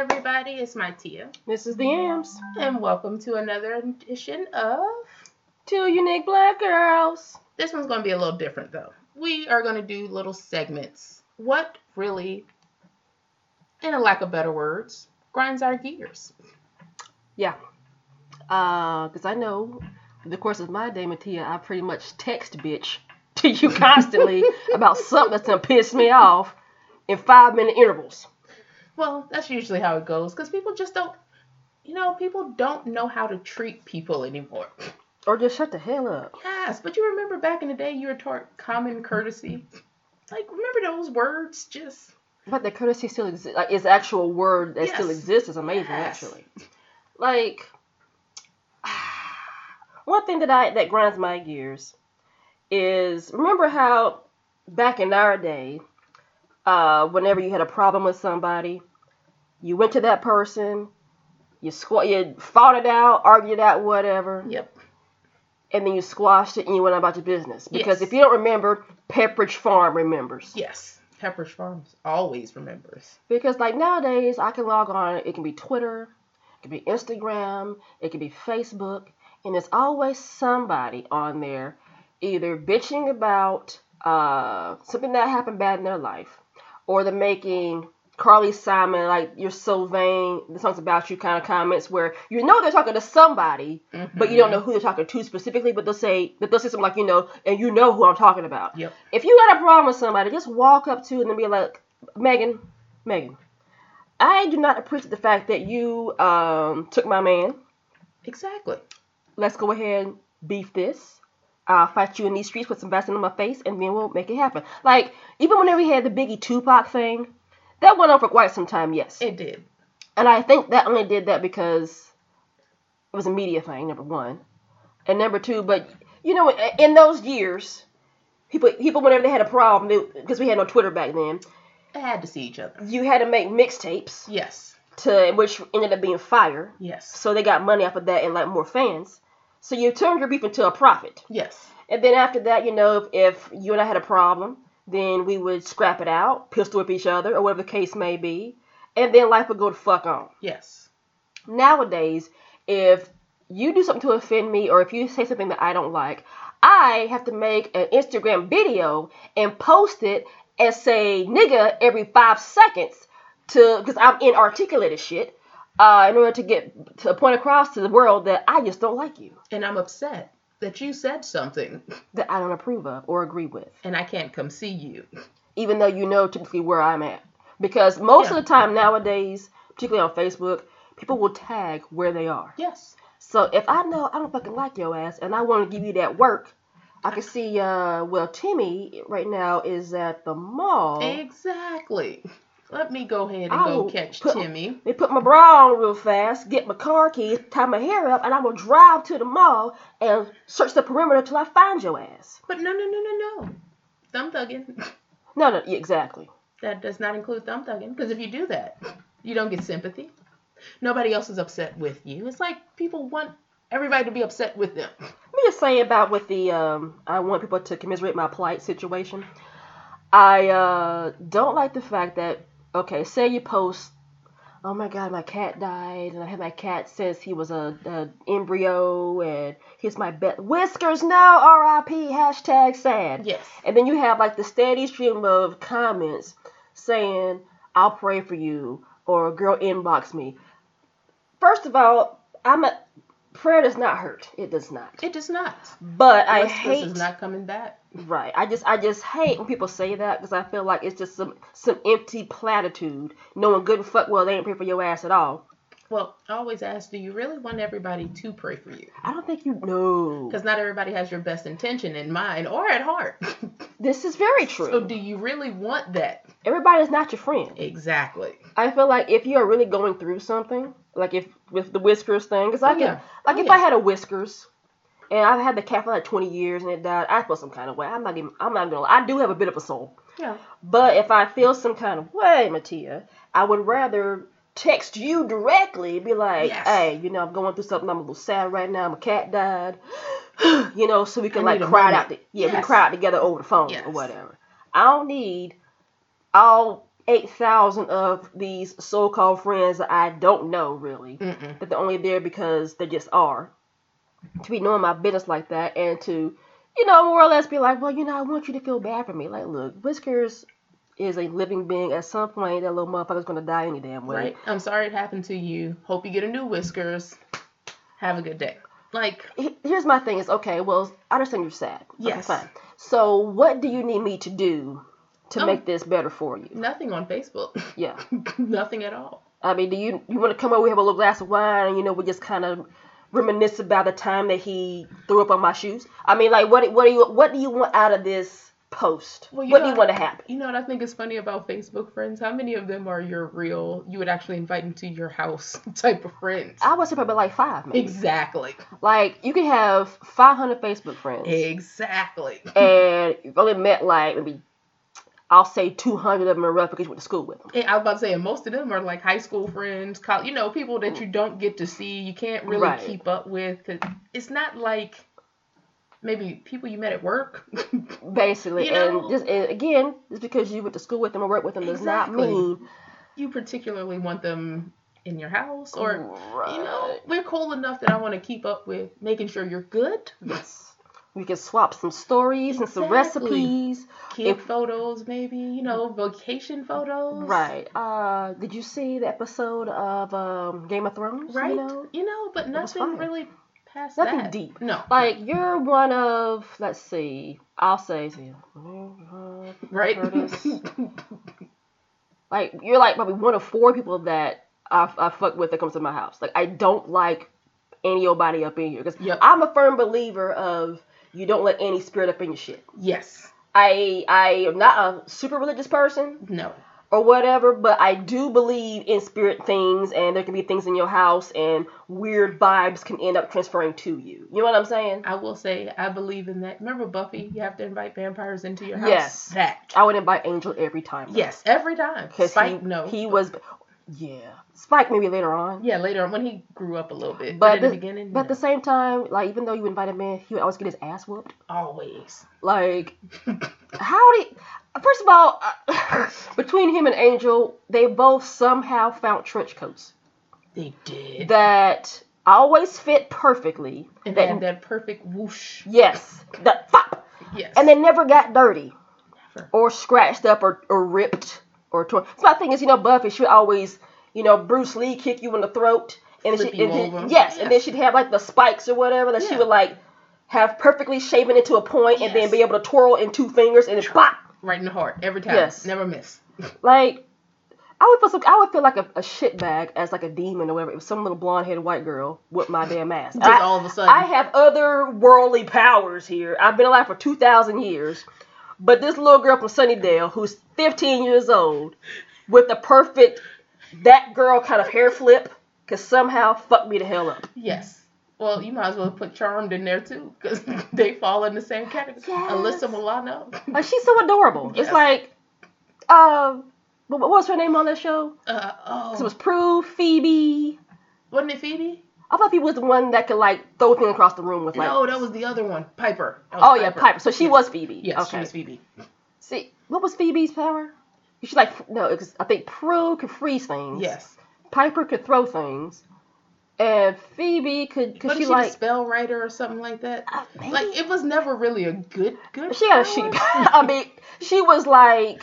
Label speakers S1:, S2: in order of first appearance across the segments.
S1: It's my Tia,
S2: This is the Yams.
S1: and welcome to another edition of.
S2: Two unique black girls.
S1: This one's going to be a little different though. We are going to do little segments. What really, in a lack of better words, grinds our gears?
S2: Uh, cause I know, in the course of my day, Matia, I pretty much text bitch to you constantly about something that's gonna piss me off in five minute intervals.
S1: Well, that's usually how it goes because people just don't, you know, people don't know how to treat people anymore.
S2: Or just shut the hell up.
S1: Yes, but you remember back in the day you were taught common courtesy? Like, remember those words? Just.
S2: But the courtesy still exists. Like, its actual word that still
S1: Yes.
S2: exists is amazing,
S1: Yes.
S2: actually. Like, one thing that I that grinds my gears is remember how back in our day, uh, whenever you had a problem with somebody, you went to that person, you squ- you fought it out, argued it out, whatever,
S1: Yep.
S2: and then you squashed it and you went about your business. Because
S1: Yes.
S2: if you don't remember, Pepperidge Farm remembers.
S1: Yes. Pepperidge Farms always remembers.
S2: Because like nowadays, I can log on. It can be Twitter, it can be Instagram, it can be Facebook, and there's always somebody on there, either bitching about uh, something that happened bad in their life, or they're making Carly Simon like "You're so vain," the song's about you kind of comments where you know they're talking to somebody, but you don't
S1: Mm-hmm.
S2: know who they're talking to specifically. But they'll say, but they'll say something like, you know, and you know who I'm talking about.
S1: Yep.
S2: If you got a problem with somebody, just walk up to them and be like, Megan, Megan, I do not appreciate the fact that you um, took my man.
S1: Exactly.
S2: Let's go ahead and beef this. I'll fight you in these streets, put some Vaseline on my face, and then we'll make it happen. Like, even whenever we had the Biggie Tupac thing, that went on for quite some time, yes.
S1: It did.
S2: And I think that only did that because it was a media thing, number one, and number two. But you know, in- in those years, people people whenever they had a problem, because we had no Twitter back then,
S1: They had to see each other.
S2: you had to make mixtapes
S1: Yes.
S2: to which ended up being fire.
S1: Yes.
S2: So they got money off of that and like more fans. So you turned your beef into a profit.
S1: Yes.
S2: And then after that, you know, if, if you and I had a problem, then we would scrap it out, pistol whip each other, or whatever the case may be, and then life would go to fuck on.
S1: Yes.
S2: nowadays, if you do something to offend me or if you say something that I don't like, I have to make an Instagram video and post it and say nigga every five seconds to because I'm inarticulate as shit. Uh, in order to get to the point across to the world that I just don't like you,
S1: And I'm upset that you said something
S2: that I don't approve of or agree with,
S1: and I can't come see you.
S2: even though you know typically where I'm at. Because most
S1: Yeah.
S2: of the time nowadays, particularly on Facebook, people will tag where they are.
S1: Yes.
S2: So if I know I don't fucking like your ass and I want to give you that work, I can see, uh, well, Timmy right now is at the mall.
S1: Eh. Exactly. Let me go ahead and
S2: I
S1: go
S2: will
S1: catch
S2: put-
S1: Timmy.
S2: They put my bra on real fast, get my car keys, tie my hair up, and I'm gonna drive to the mall and search the perimeter till I find your ass.
S1: But no, no, no, no, no. Thumb thugging.
S2: No, no, yeah, exactly.
S1: That does not include thumb thugging, because if you do that, you don't get sympathy. Nobody else is upset with you. It's like people want everybody to be upset with them.
S2: Let me just say about with the um, I want people to commiserate my plight situation. I uh, don't like the fact that okay, say you post, oh my god, my cat died, and I had my cat since he was a, a embryo, and here's my bet whiskers. No, R.I.P. Hashtag sad.
S1: Yes.
S2: And then you have like the steady stream of comments saying, I'll pray for you, or girl inbox me. First of all, I'm a prayer does not hurt. It does not.
S1: It does not.
S2: But I
S1: Whispers
S2: hate
S1: is not coming back.
S2: right. I just I just hate when people say that because I feel like it's just some some empty platitude, knowing good and fuck well they ain't pray for your ass at all.
S1: Well, I always ask, do you really want everybody to pray for you?
S2: I don't think you know.
S1: Because not everybody has your best intention in mind or at heart.
S2: This is very true.
S1: so do you really want that?
S2: Everybody's not your friend.
S1: Exactly.
S2: I feel like if you are really going through something, like if with the whiskers thing, because I can,
S1: Yeah.
S2: like
S1: Oh,
S2: if
S1: yeah.
S2: I had a whiskers, and I've had the cat for like twenty years and it died, I feel some kind of way. I'm not even, I'm not gonna, lie. I do have a bit of a soul.
S1: Yeah.
S2: But if I feel some kind of way, Mattia, I would rather text you directly, be like,
S1: Yes.
S2: hey, you know, I'm going through something. I'm a little sad right now. My cat died. you know, so we can
S1: I
S2: like
S1: need a
S2: cry it
S1: moment.
S2: out. To, yeah, we can
S1: Yes.
S2: cry out together over the phone
S1: Yes.
S2: or whatever. I don't need all 8,000 of these so called friends that I don't know really,
S1: Mm-mm.
S2: that they're only there because they just are. To be knowing my business like that and to, you know, more or less be like, well, you know, I want you to feel bad for me. Like, look, Whiskers is a living being. At some point, that little motherfucker's going to die any damn way.
S1: Right. I'm sorry it happened to you. Hope you get a new whiskers. Have a good day. Like,
S2: He- Here's my thing is okay, well, I understand you're sad. Okay,
S1: Yes.
S2: fine. So, what do you need me to do to
S1: Oh.
S2: make this better for you?
S1: nothing on Facebook.
S2: Yeah.
S1: nothing at all.
S2: I mean, do you you want to come over? We have a little glass of wine, and you know, we just kind of reminisce about the time that he threw up on my shoes. I mean, like, what what do you what do you want out of this post?
S1: Well, you
S2: what do
S1: know-
S2: you want to happen?
S1: You know what I think is funny about Facebook friends? How many of them are your real, you would actually invite into your house type of friends?
S2: I would say probably like five, maybe.
S1: Exactly.
S2: Like, you can have 500 Facebook friends,
S1: Exactly.
S2: and you've only met like maybe I'll say 200 of them are rough because you went to school with them.
S1: And I was about to say, and most of them are like high school friends, col you know, people that you don't get to see, you can't really
S2: Right.
S1: keep up with. 'cause it's not like maybe people you met at work.
S2: Basically,
S1: You know-
S2: and just and again, just because you went to school with them or worked with them does
S1: Exactly.
S2: not mean
S1: you particularly want them in your house, or, you know,
S2: Right.
S1: we're cool enough that I want to keep up with making sure you're good.
S2: Yes. We can swap some stories and some
S1: Exactly.
S2: recipes.
S1: Kid
S2: If-
S1: photos, maybe, you know, vacation photos.
S2: Right. Uh, did you see the episode of um, Game of Thrones? you
S1: Right? You know,
S2: know?
S1: but
S2: was
S1: nothing
S2: fine.
S1: really past
S2: Nothing
S1: that.
S2: deep.
S1: No.
S2: Like, you're one of, let's see, I'll say,
S1: Right?
S2: Curtis. like, you're like probably one of four people that I, I fuck with that comes to my house. Like, I don't like anybody up in here. Because
S1: Yep.
S2: I'm a firm believer of you don't let any spirit up in your shit.
S1: yes.
S2: I, I am not a super religious person.
S1: No.
S2: or whatever, but I do believe in spirit things, and there can be things in your house, and weird vibes can end up transferring to you. You know what I'm saying?
S1: I will say I believe in that. Remember Buffy? You have to invite vampires into your house.
S2: Yes.
S1: That.
S2: I would invite Angel every time.
S1: Yes, every time.
S2: because
S1: Spike,
S2: he,
S1: no.
S2: he was, yeah, Spike maybe later on.
S1: yeah, later on when he grew up a little bit.
S2: But
S1: But, in
S2: the-
S1: the beginning,
S2: But at
S1: no.
S2: the same time, like even though you invite him in, he would always get his ass whooped.
S1: always.
S2: Like, how did? First of all, uh, between him and Angel, they both somehow found trench coats
S1: They did.
S2: that always fit perfectly.
S1: and
S2: that-
S1: they had that perfect whoosh.
S2: Yes, that fop.
S1: Yes.
S2: and they never got dirty
S1: Never.
S2: or scratched up or, or ripped or torn. So my thing is, you know, Buffy she would always, you know, Bruce Lee kick you in the throat, and
S1: Flip
S2: she,
S1: you
S2: and then-
S1: over.
S2: yes, and then
S1: Yes.
S2: she'd have like the spikes or whatever that she
S1: Yeah.
S2: would like have perfectly shaven into a point and then
S1: Yes.
S2: be able to twirl in two fingers and then pop.
S1: right in the heart every time.
S2: Yes.
S1: Never miss.
S2: Like I would feel so, I would feel like a, a shit bag as like a demon or whatever. If some little blonde headed white girl with my damn ass.
S1: Just
S2: I-
S1: all of a sudden.
S2: I have other worldly powers here. I've been alive for 2,000 years. But this little girl from Sunnydale who's 15 years old with the perfect that girl kind of hair flip could somehow fuck me the hell up.
S1: Yes. Well, you might as well put Charmed in there too, because they fall in the same category.
S2: Yes.
S1: Alyssa Milano.
S2: Like, she's so adorable. It's
S1: Yes.
S2: like, um, what what was her name on that show?
S1: Uh,
S2: 'Cause
S1: oh.
S2: It was Prue, Phoebe.
S1: Wasn't it Phoebe?
S2: I thought Phoebe was the one that could, like, throw things across the room with, like.
S1: No, that was the other one. Piper. That was
S2: Oh, yeah, Piper. So she was Phoebe.
S1: Yes,
S2: okay.
S1: she was Phoebe.
S2: See, what was Phoebe's power? She like no, because I think Prue could freeze things.
S1: Yes.
S2: Piper could throw things, and Phoebe could
S1: Wasn't
S2: because she,
S1: she the
S2: like
S1: spell writer or something like that?
S2: Ah, man.
S1: Like it was never really a good good. Um,
S2: she had a
S1: power.
S2: sheep. I mean, she was like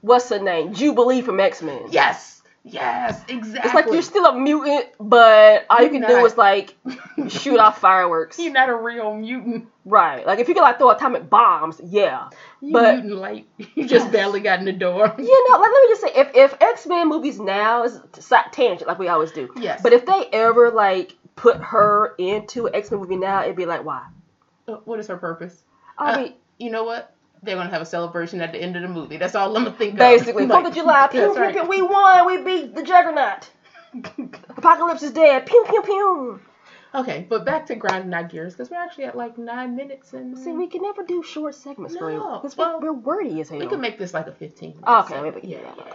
S2: what's her name Jubilee from X Men.
S1: Yes. Yes. Exactly.
S2: It's like you're still a mutant, but all you
S1: You're
S2: can do
S1: not.
S2: is like shoot off fireworks.
S1: You're not a real mutant.
S2: Right. Like if you can like throw atomic bombs, yeah.
S1: You
S2: But-
S1: mutant light. You just
S2: Yes.
S1: barely got in the door.
S2: You know, like let me just say, if if X Men movies now is side tangent like we always do.
S1: Yes.
S2: But if they ever like put her into an X Men movie now, it'd be like why?
S1: Uh, What is her purpose?
S2: I
S1: Uh,
S2: mean,
S1: You know what? They're gonna have a celebration at the end of the movie. That's all I'm gonna think
S2: basically
S1: of.
S2: Fourth of July, pew
S1: That's
S2: pew
S1: right.
S2: pew, we won, we beat the Juggernaut. Apocalypse is dead, pew pew pew.
S1: Okay, but back to grinding our gears because we're actually at like nine minutes and
S2: See, we can never do short segments for you
S1: No,
S2: because
S1: well,
S2: we're wordy as hell.
S1: we could make this like a fifteen. minute
S2: okay,
S1: segment.
S2: maybe, yeah.
S1: yeah, yeah.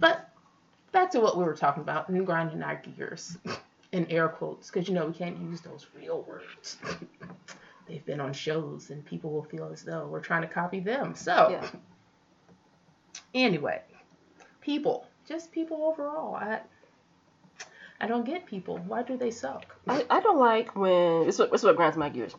S1: But back to what we were talking about and grinding our gears in air quotes because you know we can't use those real words. They've been on shows and people will feel as though we're trying to copy them. So
S2: Yeah.
S1: anyway, people, just people overall. I I don't get people. Why do they suck?
S2: I, I don't like when this is, what, this is what grinds my gears.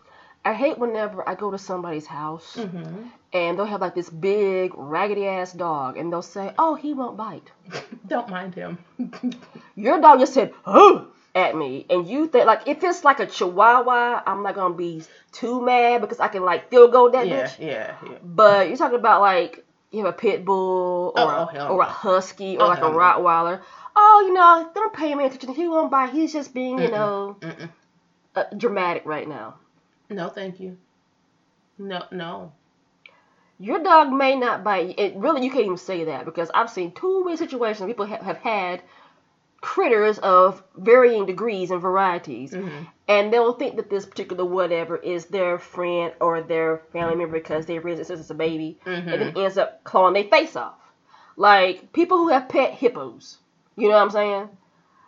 S2: I hate whenever I go to somebody's house
S1: Mhm.
S2: and they'll have like this big raggedy ass dog and they'll say, "Oh, he won't bite."
S1: Don't mind him.
S2: Your dog just said, "Oh." At me, and you think like if it's like a chihuahua, I'm not gonna be too mad because I can like still go that
S1: yeah,
S2: bitch.
S1: yeah, yeah.
S2: But you're talking about like you have a pit bull or,
S1: Oh,
S2: a,
S1: oh, hell
S2: or a
S1: no.
S2: husky or
S1: Oh,
S2: like a
S1: hell no.
S2: Rottweiler. Oh, you know, don't pay him any attention. He won't bite. He's just being, you
S1: Mm-mm.
S2: know,
S1: Mm-mm.
S2: uh, dramatic right now.
S1: No, thank you. No, no.
S2: Your dog may not bite. you. It really, you can't even say that because I've seen too many situations where people have, have had critters of varying degrees and varieties,
S1: hmm
S2: and they'll think that this particular whatever is their friend or their family member because they raised it since it's a baby. and
S1: hmm
S2: then ends up clawing their face off. Like people who have pet hippos. You know what I'm saying?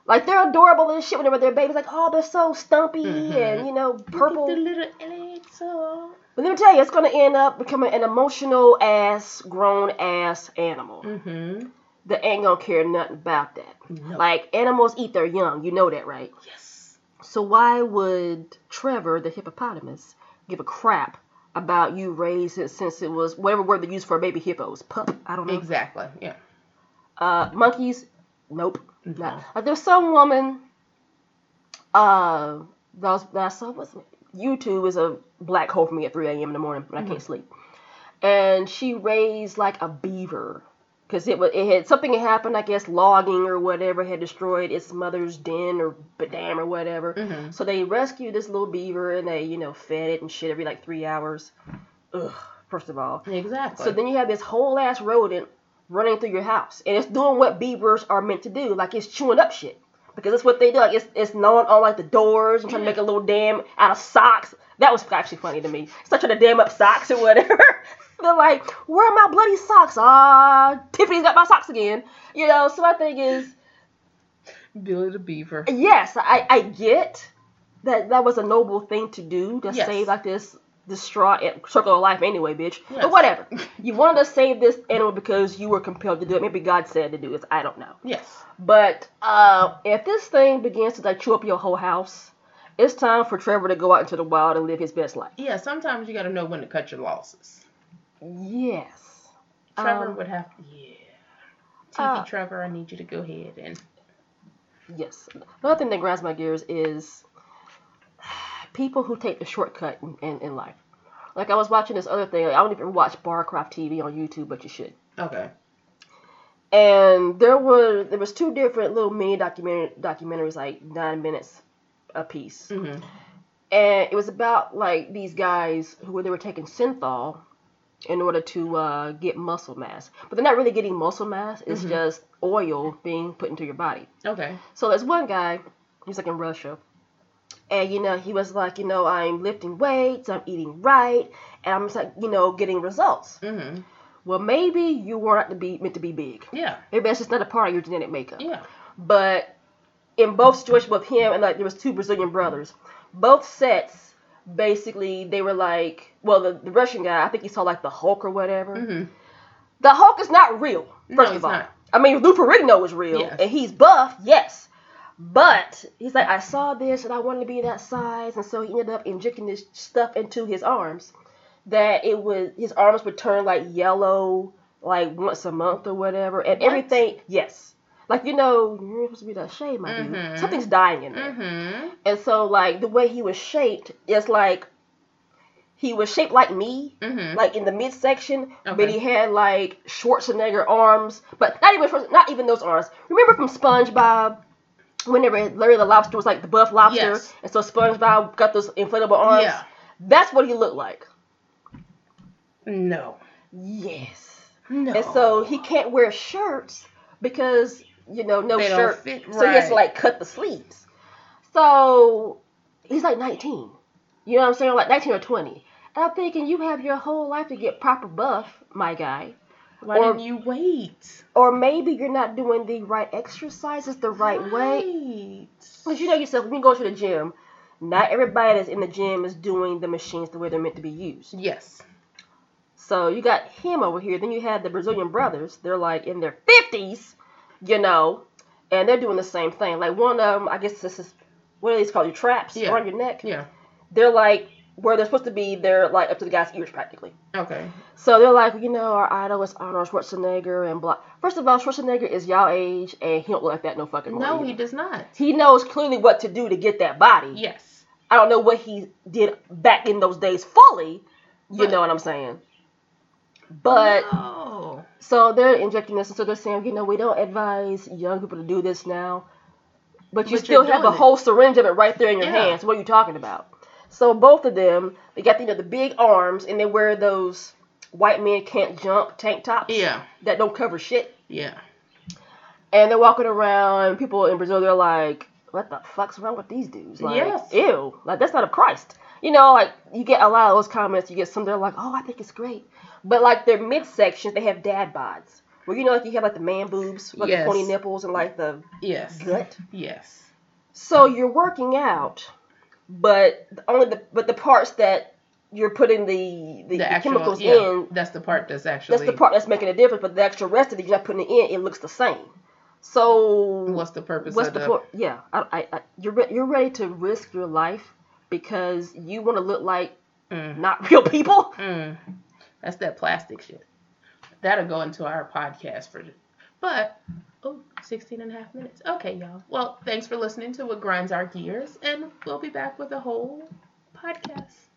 S2: Like they're adorable and shit whenever they're babies. Like oh, they're so stumpy
S1: Mhm.
S2: and you know
S1: The
S2: purple.
S1: little legs up.
S2: But let me tell you, it's gonna end up becoming an emotional ass, grown ass animal
S1: Mm-hmm.
S2: that ain't gonna care nothing about that.
S1: No.
S2: Like animals eat their young. You know that, right?
S1: yes.
S2: So why would Trevor the hippopotamus give a crap about you raising since it was whatever word they use for baby hippos? Pup. I don't know.
S1: Exactly. Yeah. Mm-hmm.
S2: Uh, monkeys, nope.
S1: No.
S2: Not. Like Uh, there's some woman, uh, that, was, that I saw was YouTube is a black hole for me at 3 a.m. in the morning when I
S1: Mm-hmm.
S2: can't sleep, and she raised like a beaver. Cause it was, it had something had happened, I guess, logging or whatever had destroyed its mother's den or dam or whatever.
S1: Mm-hmm.
S2: So they rescued this little beaver and they, you know, fed it and shit every like three hours. Ugh. First of all,
S1: Exactly.
S2: so then you have this whole ass rodent running through your house, and it's doing what beavers are meant to do, like it's chewing up shit. Because that's what they do. Like it's it's gnawing on like the doors and trying to make a little dam out of socks. That was actually funny to me. It's like trying to dam up socks or whatever. They're like, where are my bloody socks? Ah, Tiffany's got my socks again. You know. So my thing is,
S1: Billy the Beaver.
S2: yes, I I get that that was a noble thing to do to
S1: Yes.
S2: save like this distraught circle of life anyway, bitch. But
S1: Yes.
S2: whatever. You wanted to save this animal because you were compelled to do it. Maybe God said to do this. I don't know.
S1: Yes.
S2: But uh, if this thing begins to like chew up your whole house, it's time for Trevor to go out into the wild and live his best life.
S1: Yeah. Sometimes you got to know when to cut your losses.
S2: Yes.
S1: Trevor
S2: Um,
S1: would have. Yeah. TV
S2: uh,
S1: Trevor, I need you to go ahead and.
S2: Yes. Another thing that grinds my gears is people who take the shortcut in, in, in life. Like I was watching this other thing. I don't even watch Barcroft TV on YouTube, but you should.
S1: Okay.
S2: and there were there was two different little mini documentary documentaries like nine minutes a piece
S1: Mm-hmm.
S2: and it was about like these guys who were they were taking synthol in order to uh, get muscle mass but they're not really getting muscle mass it's
S1: Mhm.
S2: just oil being put into your body
S1: Okay.
S2: so there's one guy, he was like in Russia, and you know, he was like, you know, I'm lifting weights, I'm eating right, and I'm just like, you know, getting results.
S1: Mm-hmm.
S2: Well, maybe you weren't to be meant to be big.
S1: Yeah.
S2: Maybe that's just not a part of your genetic makeup.
S1: Yeah.
S2: But in both situations with him and like there was two Brazilian brothers, both sets basically they were like, well, the, the Russian guy, I think he saw like the Hulk or whatever.
S1: Mm-hmm.
S2: The Hulk is not real.
S1: No,
S2: First of
S1: he's
S2: all,
S1: not.
S2: I mean Lou Ferrigno is real,
S1: Yes.
S2: and he's buff, yes. But he's like, I saw this and I wanted to be that size, and so he ended up injecting this stuff into his arms that it would his arms would turn like yellow like once a month or whatever, and
S1: What?
S2: everything, yes. Like you know, you're supposed to be that shape, my
S1: Mhm.
S2: dude. Something's dying in there.
S1: Mm-hmm.
S2: And so, like the way he was shaped, it's like he was shaped like me,
S1: Mm-hmm.
S2: like in the midsection, but
S1: Okay.
S2: he had like Schwarzenegger arms, but not even Schwarz- not even those arms. Remember from SpongeBob, whenever Larry the Lobster was like the buff lobster,
S1: Yes.
S2: and so SpongeBob got those inflatable arms.
S1: Yeah.
S2: That's what he looked like.
S1: No.
S2: Yes.
S1: No.
S2: And so he can't wear shirts because you know no
S1: They don't
S2: shirt,
S1: fit
S2: so he has to
S1: right.
S2: like cut the sleeves. So he's like 19. You know what I'm saying? Like 19 or 20. And I'm thinking you have your whole life to get proper buff, my guy.
S1: Why
S2: or-
S1: didn't you wait?
S2: Or maybe you're not doing the right exercises the right
S1: Right.
S2: way. Because you know yourself, when you go to the gym, not everybody that's in the gym is doing the machines the way they're meant to be used.
S1: Yes.
S2: So you got him over here. Then you had the Brazilian brothers. They're like in their 50s, you know, and they're doing the same thing. Like one of them, I guess this is what are these called? Your traps
S1: Yeah.
S2: around your neck.
S1: Yeah.
S2: They're like where they're supposed to be. They're like up to the guy's ears practically.
S1: Okay.
S2: So they're like, you know, our idol is Arnold Schwarzenegger and blah. First of all, Schwarzenegger is y'all age, and he don't look like that no fucking more.
S1: No, he
S2: either.
S1: does not.
S2: he knows clearly what to do to get that body.
S1: Yes.
S2: I don't know what he did back in those days fully. You
S1: But-
S2: know what I'm saying? But
S1: no.
S2: so they're injecting this, and so they're saying, you know, we don't advise young people to do this now. But you
S1: But you're
S2: still have a
S1: doing it.
S2: whole syringe of it right there in your
S1: Yeah.
S2: hands. What are you talking about? So both of them, they got you know the big arms, and they wear those white men can't jump tank tops
S1: Yeah.
S2: that don't cover shit.
S1: Yeah.
S2: And they're walking around. and People in Brazil, they're like, "What the fuck's wrong with these dudes?" Like,
S1: Yes.
S2: ew, like that's not of Christ. You know, like you get a lot of those comments. You get some that are like, "Oh, I think it's great," but like their midsections, they have dad bods. Where you know, like you have like the man boobs, like
S1: Yes.
S2: the pointy nipples, and like the
S1: Yes.
S2: gut.
S1: Yes.
S2: So you're working out, but only the but the parts that you're putting the the,
S1: The,
S2: the
S1: actual
S2: chemicals
S1: yeah,
S2: in
S1: that's the part that's actually
S2: that's the part that's making a difference, but the extra rest of it, you're not putting it in, it looks the same. So
S1: what's the purpose
S2: what's
S1: of
S2: the point? Yeah, I, I, I, you're re- you're ready to risk your life because you want to look like
S1: Mm.
S2: not real people.
S1: Mm. That's that plastic shit. That'll go into our podcast for but oh, 16 and a half minutes. Okay, y'all. Well, thanks for listening to What Grinds Our Gears and we'll be back with a whole podcast.